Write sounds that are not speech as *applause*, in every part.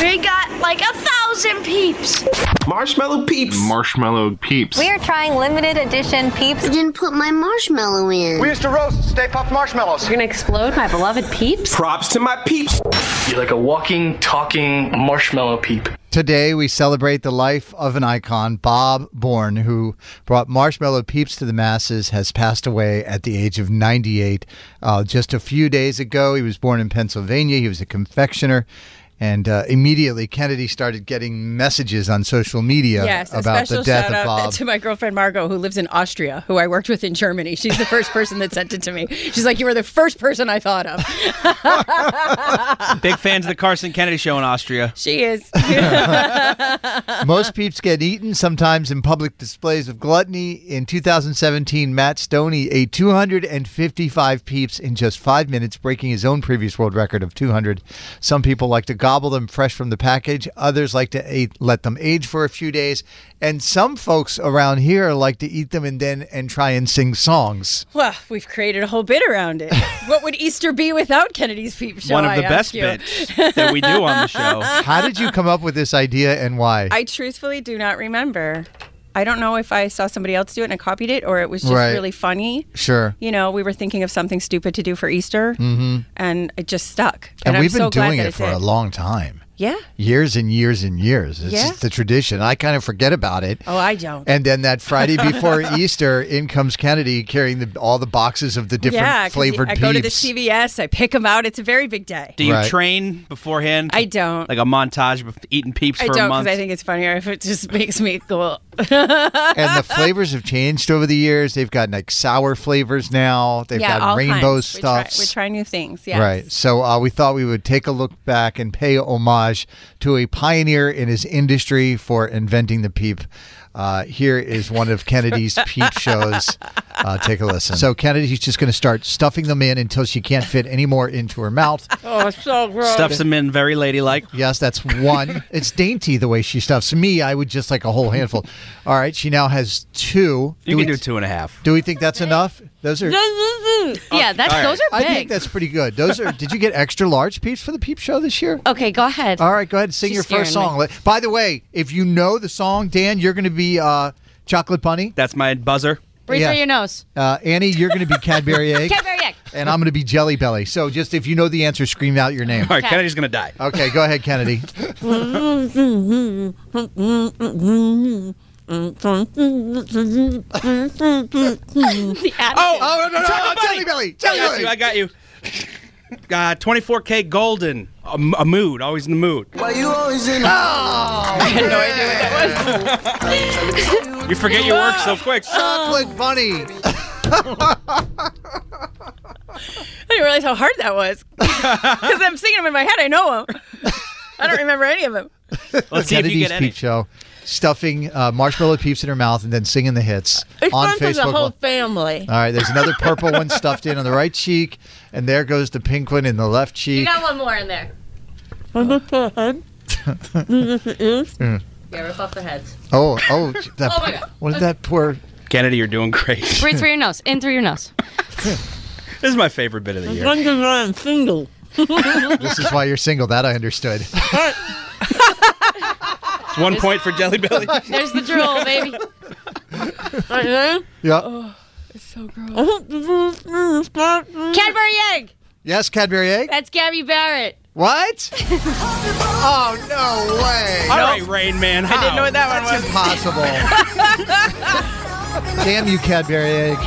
We got like a thousand peeps. Marshmallow peeps. Marshmallow peeps. We are trying limited edition peeps. I didn't put my marshmallow in. We used to roast Stay Puft marshmallows. You're gonna explode my beloved peeps. Props to my peeps. You're like a walking, talking marshmallow peep. Today, we celebrate the life of an icon, Bob Bourne, who brought marshmallow peeps to the masses, has passed away at the age of 98. Uh, just a few days ago, he was born in Pennsylvania. He was a confectioner. And uh, immediately, Kennedy started getting messages on social media Yes, a about special the death shout of out Bob. to my girlfriend Margot, who lives in Austria, who I worked with in Germany. She's the first person that sent it to me. She's like, "You were the first person I thought of." *laughs* *laughs* Big fans of the Carson Kennedy show in Austria. She is. *laughs* Most peeps get eaten, sometimes in public displays of gluttony. In 2017, Matt Stoney ate 255 peeps in just five minutes, breaking his own previous world record of 200. Some people like to gobble them fresh from the package, others like to eat, let them age for a few days, and some folks around here like to eat them and then and try and sing songs. well, we've created a whole bit around it. What would Easter be without Kennedy's peep show? One of I the best ask you? bits that we do on the *laughs* show. How did you come up with this idea and why? I truthfully do not remember. I don't know if I saw somebody else do it and I copied it, or it was just Right. really funny. sure. You know, we were thinking of something stupid to do for Easter, and it just stuck. Mm-hmm. And, I'm we've been so glad doing that it it's for a long time. Yeah. years and years and years. It's Yeah. just the tradition. I kind of forget about it. Oh, I don't. And then that Friday before *laughs* Easter, in comes Kennedy carrying the, all the boxes of the different 'cause flavored I peeps. go to the CVS, I pick them out. It's a very big day. Do you Right. train beforehand? I don't. Like a montage of eating peeps I for don't a month. because I think it's funnier if it just *laughs* makes me go. and *laughs* the flavors have changed over the years. They've got like sour flavors now. They've yeah, got all rainbow kinds. stuffs. We try, we try new things. Yeah. Right. So uh, we thought we would take a look back and pay homage to a pioneer in his industry for inventing the peep. Uh, here is one of *laughs* Kennedy's peep shows. Uh, take a listen. So Kennedy's just going to start stuffing them in until she can't fit any more into her *laughs* mouth. Oh, it's so gross. Stuffs them in very ladylike. Yes, that's one. It's dainty the way she stuffs. Me, I would just like a whole handful. All right, she now has two. You we, can do two and a half. do we think that's enough? Those are. yeah, that's all right. those are I big. think that's pretty good. Those are. Did you get extra large peeps for the peep show this year? okay, go ahead. All right, go ahead and sing She's your first scaring song. Let- By the way, if you know the song, Dan, you're going to be uh, Chocolate Bunny. That's my buzzer. Breathe yeah. through your nose. Uh, Annie, you're going to be *laughs* Cadbury Egg. Cadbury egg. And I'm going to be Jelly Belly. So just if you know the answer, scream out your name. All right, Okay. Kennedy's gonna die. Okay, go ahead, Kennedy. The Oh, attitude. oh *laughs* no, no, Chocolate no, Jelly Belly, I Jelly got Belly. you. I got you. Uh, 24K Golden. A, m- a mood. Always in the *laughs* mood. Why you always in? *laughs* You forget your work so *laughs* quick. Chocolate Bunny. I didn't realize how hard that *laughs* was *laughs* because I'm singing them in my head. I know them. *laughs* I don't remember any of them. Let's see if you Kennedy's get any. Peep Show. Stuffing uh, marshmallow peeps in her mouth and then singing the hits on Facebook. Live. family. All right, there's another purple one stuffed in on the right cheek, and there goes the pink one in the left You cheek. got one more in there. yeah, rip off the heads. *laughs* Oh, oh, that, Oh my God. What did that poor Kennedy, you're doing great. this Breathe through your nose. In through your nose. is my favorite bit of the *laughs* year. I'm single. This is why you're single. That I understood. It's one point for Jelly *laughs* Belly. There's the drool, baby. Yeah. Cadbury egg. Yes, Cadbury egg. That's Gabby Barrett. *laughs* What? oh no way! All right, Rain Man. I didn't know what that That's *laughs* impossible. Damn you, Cadbury egg. *laughs*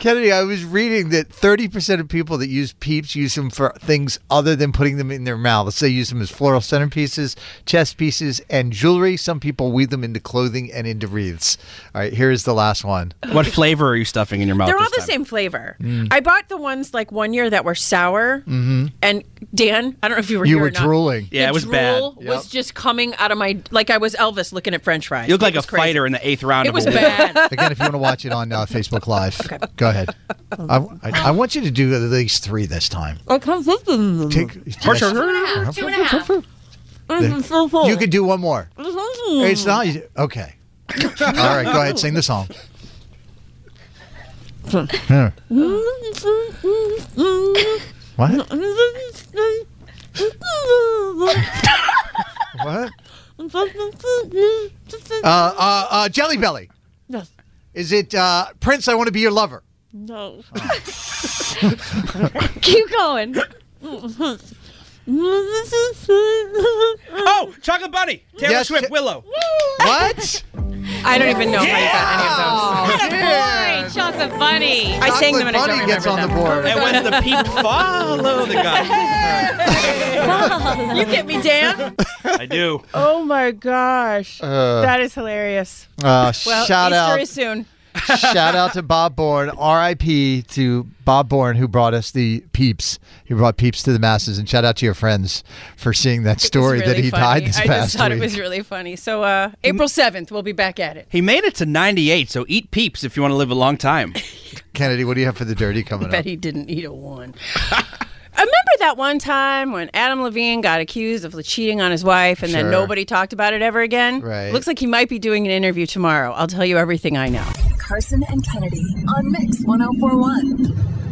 Kennedy, I was reading that 30% of people that use peeps use them for things other than putting them in their mouths. They use them as floral centerpieces, chess pieces, and jewelry. Some people weave them into clothing and into wreaths. All right, here is the last one. What flavor are you stuffing in your mouth? They're all this the time? same flavor. Mm. I bought the ones like one year that were sour. Mm-hmm. And Dan, I don't know if you were You here were or not. drooling. Yeah, the it was bad. drool Yep. was just coming out of my like I was Elvis looking at French fries. You look It like a was crazy. fighter in the eighth round It of was a war. *laughs* bad. Again, if you want to watch it on uh, Facebook Live, go ahead. I, I, I want you to do at least three this time. Oh. Take, yes. Two and a half. *laughs* You could do one more. It's not okay. All right, go ahead, sing the song. Yeah. what? Uh, uh, uh, Jelly Belly. No. Is it uh, Prince? I want to be your lover. *laughs* No. Keep going. Oh, Chocolate Bunny. Taylor Yes, Swift, Ch- Willow. *laughs* What? I don't even know if I got any of those. Boring chocolate bunny. I sang them Chocolate and I Bunny don't gets on remember the them. board. And when the people follow the guy. You get me, Dan. I do. oh my gosh, Uh, that is hilarious. uh, Well, shout Easter out, is soon. *laughs* shout out to Bob Bourne. R.I.P. to Bob Bourne, who brought us the peeps. He brought peeps to the masses, and shout out to your friends for seeing that It was story that really he funny. died this I past just thought week. it was really funny. So uh, April seventh, we'll be back at it. He made it to 98, so eat peeps if you want to live a long time. Kennedy, what do you have for the dirty coming up? Bet he didn't eat a one. *laughs* I remember that one time when Adam Levine got accused of cheating on his wife, and Sure. then nobody talked about it ever again. Right. Looks like he might be doing an interview tomorrow. I'll tell you everything I know. Carson and Kennedy on Mix 1041.